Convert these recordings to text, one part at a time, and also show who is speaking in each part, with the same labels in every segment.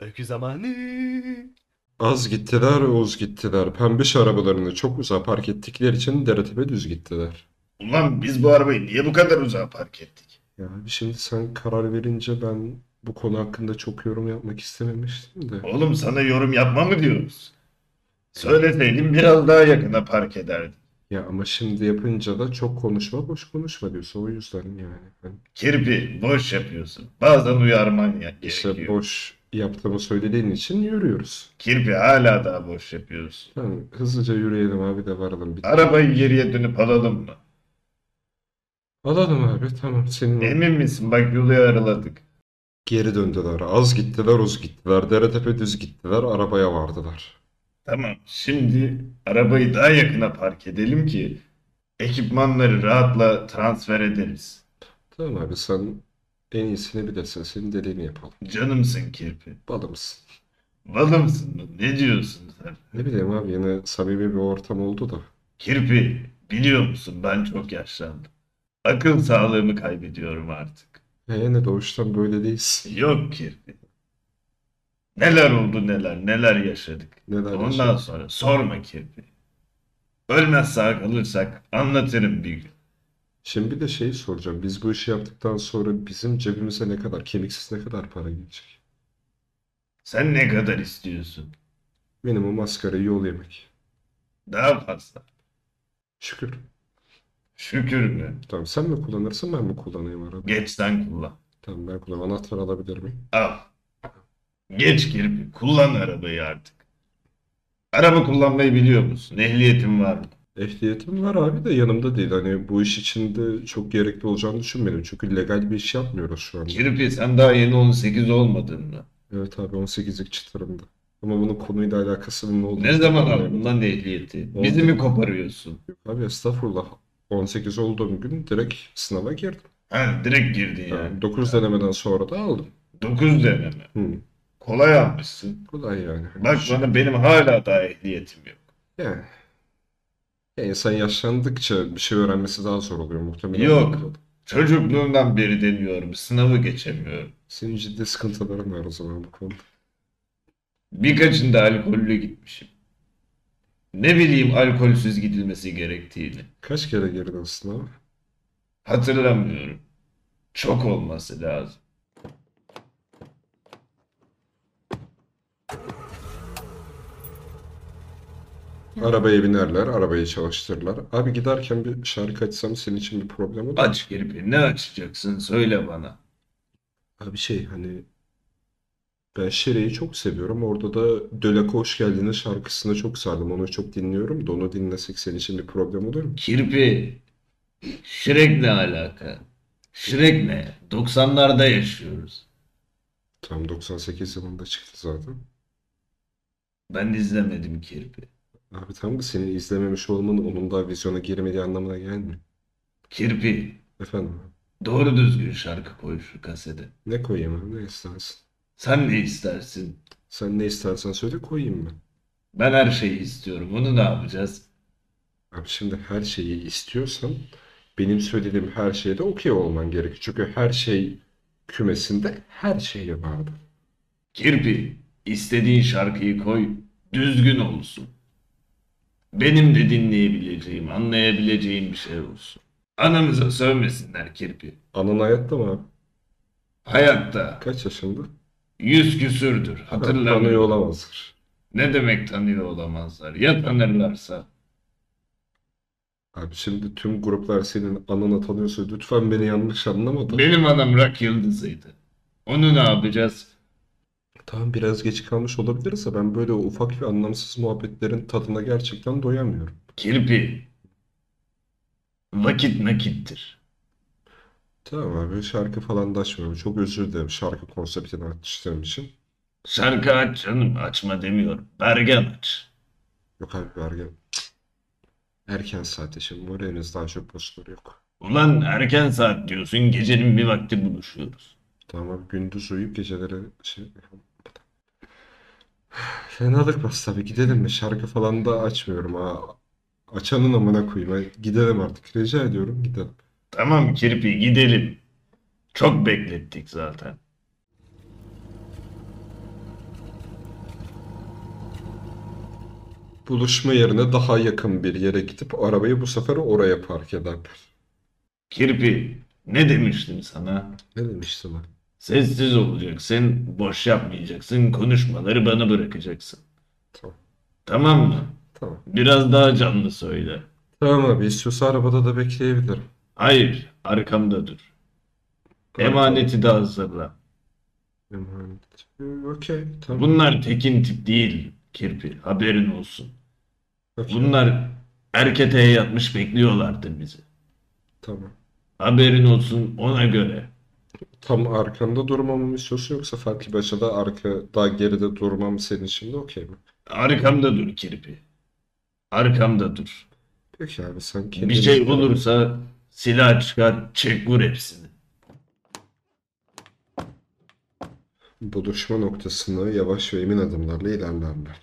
Speaker 1: Öykü zamanı.
Speaker 2: Az gittiler, oz gittiler. Pembiş arabalarını çok uzağa park ettikleri için deretepe düz gittiler.
Speaker 3: Ulan biz bu arabayı niye bu kadar uzağa park ettik?
Speaker 2: Ya şimdi sen karar verince ben bu konu hakkında çok yorum yapmak istememiştim de.
Speaker 3: Oğlum sana yorum yapma mı diyoruz? Söyleseydin biraz daha yakına park ederdin.
Speaker 2: Ya ama şimdi yapınca da çok konuşma, boş konuşma diyorsa o yüzden yani. Ben
Speaker 3: Kirpi boş yapıyorsun. Bazen uyarman ya
Speaker 2: işte
Speaker 3: gerekiyor.
Speaker 2: boş yaptığımı söylediğin için yürüyoruz.
Speaker 3: Kirpi hala daha boş yapıyorsun.
Speaker 2: Tamam, hızlıca yürüyelim abi de varalım. Bir...
Speaker 3: Arabayı geriye dönüp alalım mı?
Speaker 2: Alalım abi tamam senin o-
Speaker 3: Emin misin? Bak yolu yarıladık.
Speaker 2: Geri döndüler. Az gittiler, uz gittiler. Deretepe düz gittiler. Arabaya vardılar.
Speaker 3: Tamam. Şimdi arabayı daha yakına park edelim ki ekipmanları rahatla transfer ederiz.
Speaker 2: Tamam abi sen en iyisini bilirsin. Senin dediğini yapalım.
Speaker 3: Canımsın Kirpi.
Speaker 2: Balımsın.
Speaker 3: Balımsın mı? Ne diyorsun sen?
Speaker 2: Ne bileyim abi yine samimi bir ortam oldu da.
Speaker 3: Kirpi, biliyor musun ben çok yaşlandım. Akıl sağlığımı kaybediyorum artık.
Speaker 2: E yine doğuştan böyle değilsin.
Speaker 3: Yok Kirpi. Neler oldu neler, neler yaşadık.
Speaker 2: Neler
Speaker 3: Ondan
Speaker 2: yaşadın?
Speaker 3: sonra sorma Kirpi. Ölmez sağ kalırsak anlatırım bir gün.
Speaker 2: Şimdi bir de şeyi soracağım. Biz bu işi yaptıktan sonra bizim cebimize ne kadar, kemiksiz ne kadar para gelecek?
Speaker 3: Sen ne kadar istiyorsun?
Speaker 2: Minimum asgari yol yemek.
Speaker 3: Daha fazla.
Speaker 2: Şükür.
Speaker 3: Şükür mü?
Speaker 2: Tamam sen mi kullanırsın ben mi kullanayım arabayı?
Speaker 3: Geç sen kullan.
Speaker 2: Tamam ben kullanayım. Anahtar alabilir miyim?
Speaker 3: Al. Geç Kirpi. Kullan arabayı artık. Araba kullanmayı biliyor musun? Ehliyetin var mı?
Speaker 2: Ehliyetim var abi de yanımda değil. Hani bu iş için de çok gerekli olacağını düşünmedim. Çünkü legal bir iş yapmıyoruz şu anda.
Speaker 3: Kirpi sen daha yeni 18 olmadın mı?
Speaker 2: Evet abi 18'lik çıtırımda. Ama bunun konuyla alakasının ne olduğunu
Speaker 3: Ne zaman
Speaker 2: bilmiyorum.
Speaker 3: aldın lan ehliyeti?
Speaker 2: Oldu.
Speaker 3: Bizi mi koparıyorsun?
Speaker 2: Abi estağfurullah. 18 olduğum gün direkt sınava girdim.
Speaker 3: Ha direkt girdin yani.
Speaker 2: Yani 9 denemeden sonra da aldım.
Speaker 3: 9 deneme.
Speaker 2: Hı.
Speaker 3: Kolay almışsın.
Speaker 2: Kolay yani. Hani şey,
Speaker 3: Bak bana benim hala daha ehliyetim yok.
Speaker 2: Yani. Ya insan yaşlandıkça bir şey öğrenmesi daha zor oluyor muhtemelen.
Speaker 3: Yok. Çocukluğumdan beri deniyorum. Sınavı geçemiyorum.
Speaker 2: Senin ciddi sıkıntıların var o zaman bu konuda.
Speaker 3: Birkaçında alkollü gitmişim. Ne bileyim alkolsüz gidilmesi gerektiğini.
Speaker 2: Kaç kere girdin sınava?
Speaker 3: Hatırlamıyorum. Çok olması lazım.
Speaker 2: Arabaya binerler, arabayı çalıştırırlar. Abi giderken bir şarkı açsam senin için bir problem olur mu?
Speaker 3: Aç Kirpi ne açacaksın söyle bana.
Speaker 2: Abi şey hani ben Şere'yi çok seviyorum. Orada da Döleko Hoş Geldin'in şarkısını çok sardım. Onu çok dinliyorum da onu dinlesek senin için bir problem olur mu?
Speaker 3: Kirpi. Şirek ne alaka? Şirek ne? 90'larda yaşıyoruz.
Speaker 2: Tam 98 yılında çıktı zaten.
Speaker 3: Ben izlemedim Kirpi.
Speaker 2: Abi tam da senin izlememiş olmanın onun daha vizyona girmediği anlamına gelmiyor.
Speaker 3: Kirpi.
Speaker 2: Efendim abi,
Speaker 3: Doğru düzgün şarkı koy şu kasete.
Speaker 2: ne koyayım abi, ne istersin?
Speaker 3: Sen ne istersin?
Speaker 2: Sen ne istersen söyle koyayım ben.
Speaker 3: Ben her şeyi istiyorum. Onu ne yapacağız?
Speaker 2: Abi şimdi her şeyi istiyorsan benim söylediğim her şeyde okey olman gerekiyor. Çünkü her şey kümesinde her şey vardı.
Speaker 3: Kirpi. istediğin şarkıyı koy. Düzgün olsun. Benim de dinleyebileceğim, anlayabileceğim bir şey olsun. Anamıza sövmesinler Kirpi.
Speaker 2: Anan hayatta mı abi?
Speaker 3: Hayatta
Speaker 2: Kaç yaşında?
Speaker 3: yüz küsürdür.
Speaker 2: Tanıyor
Speaker 3: Hatırlamıyorum.
Speaker 2: olamazlar.
Speaker 3: Ne demek tanıyor olamazlar? Ya tanırlarsa?
Speaker 2: Abi şimdi tüm gruplar senin anana tanıyorsa lütfen beni yanlış anlama da.
Speaker 3: Benim anam rock yıldızıydı. Onu ne yapacağız?
Speaker 2: Tamam biraz geç kalmış olabiliriz de ben böyle ufak ve anlamsız muhabbetlerin tadına gerçekten doyamıyorum.
Speaker 3: Kirpi. Vakit nakittir.
Speaker 2: Tamam abi şarkı falan da açmıyorum. Çok özür dilerim şarkı konseptini açtığım için.
Speaker 3: Şarkı aç canım. Açma demiyorum. Bergen aç.
Speaker 2: Yok abi vergi. Erken saatte şimdi var henüz daha çok postları yok.
Speaker 3: Ulan erken saat diyorsun. Gecenin bir vakti buluşuyoruz.
Speaker 2: Tamam abi gündüz uyuyup geceleri şey... Fenalık bas tabii gidelim mi? Şarkı falan da açmıyorum ha. Açanın amına koyayım. Hadi Gidelim artık. Rica ediyorum gidelim.
Speaker 3: Tamam Kirpi gidelim. Çok beklettik zaten.
Speaker 2: buluşma yerine daha yakın bir yere gidip arabayı bu sefer oraya park ederler.
Speaker 3: Kirpi ne demiştim sana?
Speaker 2: Ne demişti lan?
Speaker 3: Sessiz olacaksın, boş yapmayacaksın, konuşmaları bana bırakacaksın.
Speaker 2: Tamam.
Speaker 3: Tamam mı?
Speaker 2: Tamam.
Speaker 3: Biraz daha canlı söyle.
Speaker 2: Tamam abi istiyorsa arabada da bekleyebilirim.
Speaker 3: Hayır, arkamda dur. Emaneti de hazırla.
Speaker 2: Emanet. Ee, Okey tamam.
Speaker 3: Bunlar tekin tip değil Kirpi, haberin olsun.
Speaker 2: Okey,
Speaker 3: Bunlar erketeye yatmış bekliyorlardır bizi.
Speaker 2: Tamam.
Speaker 3: Haberin olsun ona göre.
Speaker 2: Tam arkanda durmamı istiyorsa yoksa farklı bir açıda arka daha geride durmam senin için de okey mi?
Speaker 3: Arkamda dur Kirpi. Arkamda dur.
Speaker 2: Peki abi sen
Speaker 3: Bir
Speaker 2: kendini...
Speaker 3: şey olursa silah çıkar, çek vur hepsini.
Speaker 2: Buluşma noktasını yavaş ve emin adımlarla ilerlerler.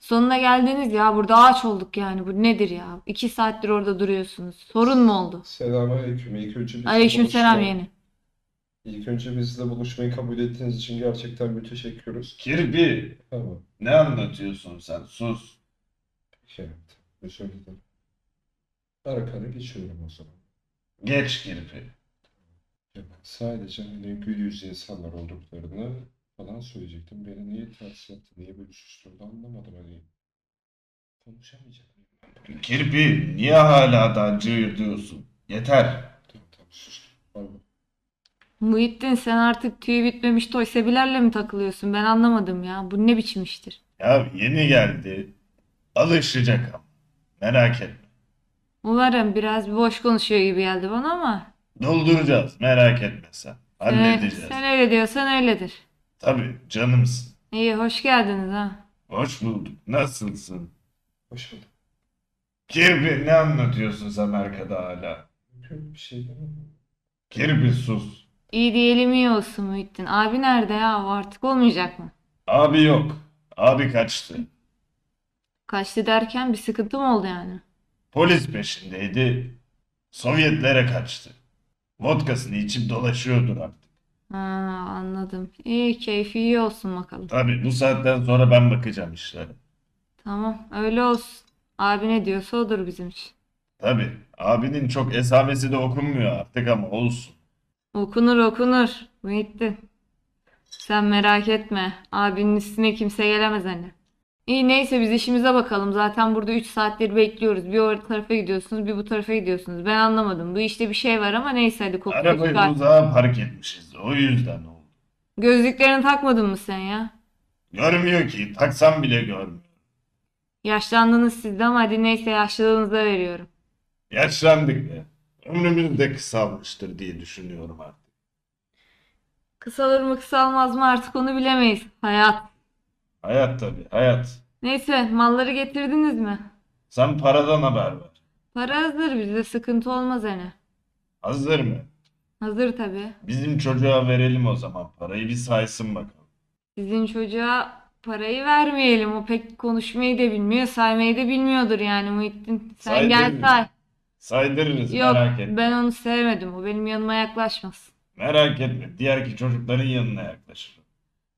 Speaker 1: Sonuna geldiniz ya. Burada ağaç olduk yani. Bu nedir ya? İki saattir orada duruyorsunuz. Sorun mu oldu?
Speaker 2: Selamünaleyküm. İlk önce biz
Speaker 1: Aleykümselam
Speaker 2: buluşma-
Speaker 1: yeni.
Speaker 2: İlk önce bizle buluşmayı kabul ettiğiniz için gerçekten müteşekkiriz.
Speaker 3: Kirpi,
Speaker 2: Tamam.
Speaker 3: ne anlatıyorsun sen? Sus.
Speaker 2: Peki abi. Özür dilerim. Arkana geçiyorum o zaman.
Speaker 3: Geç Kirpi.
Speaker 2: Evet, Sadece hani gül yüzlü insanlar olduklarını falan söyleyecektim. Beni niye ters yaptı, niye böyle susturdu anlamadım. Hani konuşamayacak mıyım ben bugün?
Speaker 3: Kirpi, niye hala daha cığır diyorsun? Yeter.
Speaker 2: Tamam tamam sus. Pardon.
Speaker 1: Muhittin sen artık tüyü bitmemiş toy sebilerle mi takılıyorsun? Ben anlamadım ya. Bu ne biçim iştir?
Speaker 3: Ya yeni geldi. Alışacak ama. Merak etme.
Speaker 1: Umarım biraz boş konuşuyor gibi geldi bana ama.
Speaker 3: Dolduracağız. Merak etme sen. Halledeceğiz.
Speaker 1: Evet, sen öyle diyorsan öyledir.
Speaker 3: Tabii canımsın.
Speaker 1: İyi hoş geldiniz ha.
Speaker 3: Hoş bulduk. Nasılsın?
Speaker 2: Hoş bulduk.
Speaker 3: Kirpi ne anlatıyorsun sen arkada hala?
Speaker 2: Mümkün bir şey değil mi?
Speaker 3: Kirpi sus.
Speaker 1: İyi diyelim iyi olsun Muhittin. Abi nerede ya? O artık olmayacak mı?
Speaker 3: Abi yok. Abi kaçtı.
Speaker 1: Kaçtı derken bir sıkıntı mı oldu yani?
Speaker 3: Polis peşindeydi. Sovyetlere kaçtı. Vodkasını içip dolaşıyordur artık.
Speaker 1: Ha, anladım. İyi keyfi iyi olsun bakalım.
Speaker 3: Tabii bu saatten sonra ben bakacağım işlere.
Speaker 1: Tamam öyle olsun. Abi ne diyorsa odur bizim için.
Speaker 3: Tabii abinin çok esamesi de okunmuyor artık ama olsun.
Speaker 1: Okunur okunur. Muhittin. Sen merak etme. Abinin üstüne kimse gelemez hani. İyi neyse biz işimize bakalım. Zaten burada 3 saattir bekliyoruz. Bir o tarafa gidiyorsunuz, bir bu tarafa gidiyorsunuz. Ben anlamadım. Bu işte bir şey var ama neyse hadi kokunu
Speaker 3: Arabayı
Speaker 1: çıkar.
Speaker 3: uzağa park etmişiz. O yüzden oldu.
Speaker 1: Gözlüklerini takmadın mı sen ya?
Speaker 3: Görmüyor ki. Taksam bile görmüyor.
Speaker 1: Yaşlandınız siz de ama hadi neyse yaşlılığınıza veriyorum.
Speaker 3: Yaşlandık be. Ömrümüz de kısalmıştır diye düşünüyorum artık.
Speaker 1: Kısalır mı kısalmaz mı artık onu bilemeyiz. Hayat.
Speaker 3: Hayat tabii hayat.
Speaker 1: Neyse malları getirdiniz mi?
Speaker 3: Sen paradan haber ver.
Speaker 1: Para hazır bizde sıkıntı olmaz hani.
Speaker 3: Hazır mı?
Speaker 1: Hazır tabii.
Speaker 3: Bizim çocuğa verelim o zaman parayı bir saysın bakalım.
Speaker 1: Sizin çocuğa parayı vermeyelim. O pek konuşmayı da bilmiyor, saymayı da bilmiyordur yani Muhittin. Sen
Speaker 3: Say
Speaker 1: gel
Speaker 3: değil mi?
Speaker 1: say.
Speaker 3: Saydırırız
Speaker 1: Yok,
Speaker 3: merak etme.
Speaker 1: ben onu sevmedim. O benim yanıma yaklaşmaz.
Speaker 3: Merak etme. Diğerki çocukların yanına yaklaşır.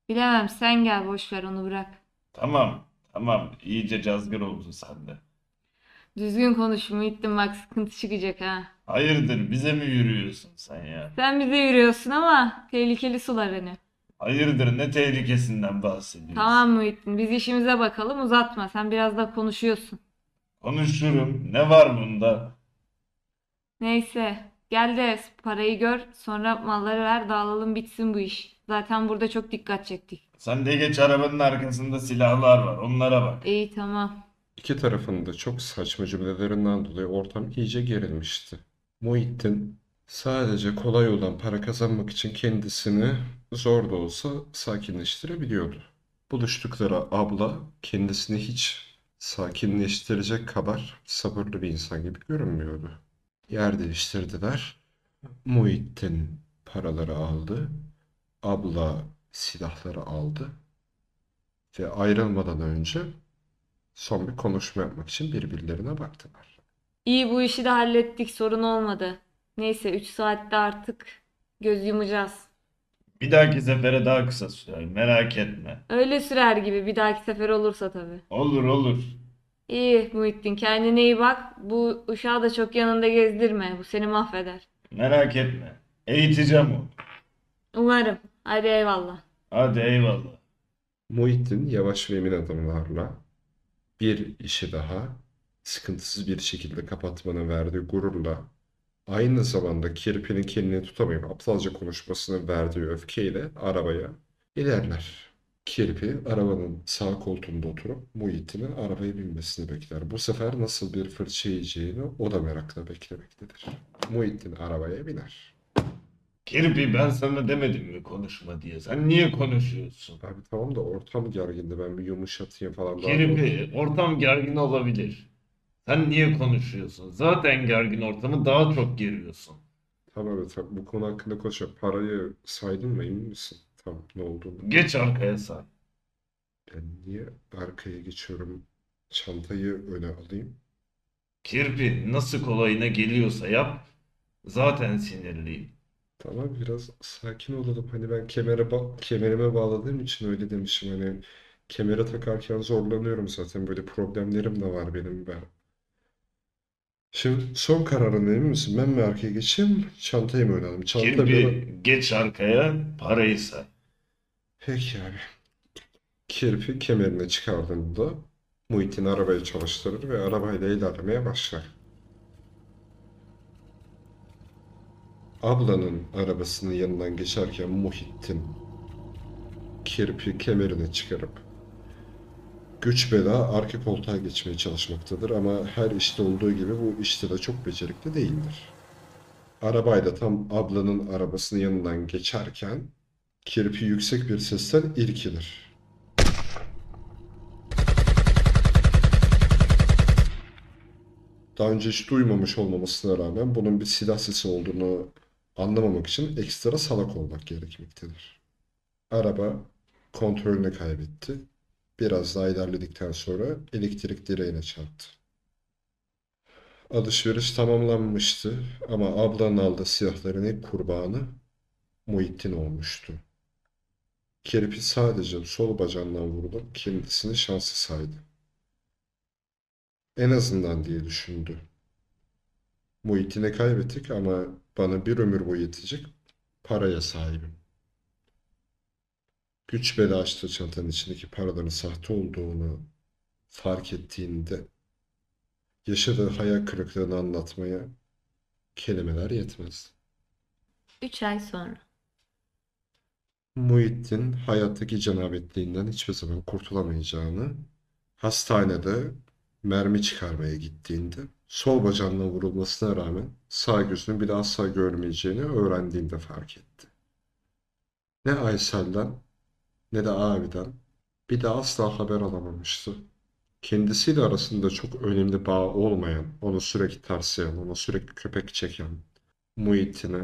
Speaker 1: Bilemem, sen gel boş ver onu bırak.
Speaker 3: Tamam. Tamam. İyice cazgır oldun sen de.
Speaker 1: Düzgün konuş Muhittin bak sıkıntı çıkacak ha.
Speaker 3: Hayırdır bize mi yürüyorsun sen ya?
Speaker 1: Sen bize yürüyorsun ama tehlikeli sular hani.
Speaker 3: Hayırdır ne tehlikesinden bahsediyorsun?
Speaker 1: Tamam Muhittin, biz işimize bakalım uzatma. Sen biraz da konuşuyorsun.
Speaker 3: Konuşurum. Ne var bunda?
Speaker 1: Neyse, gel de parayı gör, sonra malları ver, dağılalım bitsin bu iş. Zaten burada çok dikkat çektik.
Speaker 3: Sen de geç arabanın arkasında silahlar var. Onlara bak.
Speaker 1: İyi tamam.
Speaker 2: İki tarafın da çok saçma cümlelerinden dolayı ortam iyice gerilmişti. Muhittin sadece kolay olan para kazanmak için kendisini zor da olsa sakinleştirebiliyordu. Buluştukları abla kendisini hiç sakinleştirecek kadar sabırlı bir insan gibi görünmüyordu. Yer değiştirdiler. Muhittin paraları aldı. Abla silahları aldı. Ve ayrılmadan önce Son bir konuşma yapmak için birbirlerine baktılar.
Speaker 1: İyi bu işi de hallettik, sorun olmadı. Neyse 3 saatte artık göz yumacağız.
Speaker 3: Bir dahaki sefere daha kısa sürer. Merak etme.
Speaker 1: Öyle sürer gibi bir dahaki sefer olursa tabii.
Speaker 3: Olur olur.
Speaker 1: İyi Muhittin kendine iyi bak. Bu uşağı da çok yanında gezdirme. Bu seni mahveder.
Speaker 3: Merak etme. Eğiteceğim onu.
Speaker 1: Umarım. Hadi eyvallah.
Speaker 3: Hadi eyvallah.
Speaker 2: Muhittin yavaş ve emin adımlarla bir işi daha sıkıntısız bir şekilde kapatmanın verdiği gururla aynı zamanda kirpinin kendini tutamayıp aptalca konuşmasının verdiği öfkeyle arabaya ilerler. Kirpi arabanın sağ koltuğunda oturup Muhittin'in arabaya binmesini bekler. Bu sefer nasıl bir fırça yiyeceğini o da merakla beklemektedir. Muhittin arabaya biner.
Speaker 3: Kirpi ben sana demedim mi konuşma diye. Sen niye konuşuyorsun?
Speaker 2: Abi tamam da ortam gergindi ben bir yumuşatayım falan daha
Speaker 3: Kirpi ortam gergin olabilir. Sen niye konuşuyorsun? Zaten gergin ortamı daha çok geriyorsun.
Speaker 2: Tamam evet tamam. bu konu hakkında konuşalım. Parayı saydın mı emin misin? Tamam ne olduğunu.
Speaker 3: Geç arkaya sar.
Speaker 2: Ben niye arkaya geçiyorum? Çantayı öne alayım.
Speaker 3: Kirpi nasıl kolayına geliyorsa yap. Zaten sinirliyim.
Speaker 2: Tamam biraz sakin olalım. Hani ben kemere ba- kemerime bağladığım için öyle demişim. Hani kemere takarken zorlanıyorum zaten. Böyle problemlerim de var benim ben. Şimdi son kararın emin misin? Ben mi arkaya geçeyim? Çantayı mı öne alayım? Çanta bir-
Speaker 3: Kirpi geç arkaya parayı say.
Speaker 2: Peki abi. Kirpi kemerini çıkardığında Muhittin arabayı çalıştırır ve arabayla ilerlemeye başlar. Ablanın arabasının yanından geçerken Muhittin kirpi kemerini çıkarıp güç bela arka koltuğa geçmeye çalışmaktadır ama her işte olduğu gibi bu işte de çok becerikli değildir. Arabayla tam ablanın arabasının yanından geçerken Kirpi yüksek bir sesten irkilir. Daha önce hiç duymamış olmamasına rağmen bunun bir silah sesi olduğunu anlamamak için ekstra salak olmak gerekmektedir. Araba kontrolünü kaybetti. Biraz daha ilerledikten sonra elektrik direğine çarptı. Alışveriş tamamlanmıştı ama ablanın aldığı silahların ilk kurbanı Muhittin olmuştu. Kirpi sadece sol bacağından vurulup kendisini şanslı saydı. En azından diye düşündü. Muhittin'i kaybettik ama bana bir ömür boyu yetecek paraya sahibim. Güç bela açtığı çantanın içindeki paraların sahte olduğunu fark ettiğinde yaşadığı hayal kırıklığını anlatmaya kelimeler yetmez.
Speaker 1: 3 ay sonra.
Speaker 2: Muhittin hayattaki cenabetliğinden hiçbir zaman kurtulamayacağını, hastanede mermi çıkarmaya gittiğinde sol bacağına vurulmasına rağmen sağ gözünü bir daha asla görmeyeceğini öğrendiğinde fark etti. Ne Aysel'den ne de abiden bir daha asla haber alamamıştı. Kendisiyle arasında çok önemli bağ olmayan, onu sürekli terseyen, ona sürekli köpek çeken Muhittin'e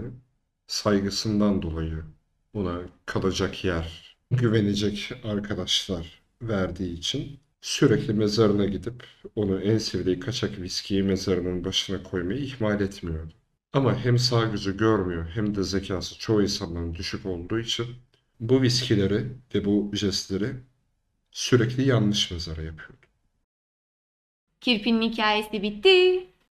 Speaker 2: saygısından dolayı ona kalacak yer, güvenecek arkadaşlar verdiği için sürekli mezarına gidip onu en sevdiği kaçak viskiyi mezarının başına koymayı ihmal etmiyordu. Ama hem sağ gözü görmüyor hem de zekası çoğu insanların düşük olduğu için bu viskileri ve bu jestleri sürekli yanlış mezara yapıyordu.
Speaker 1: Kirpinin hikayesi bitti.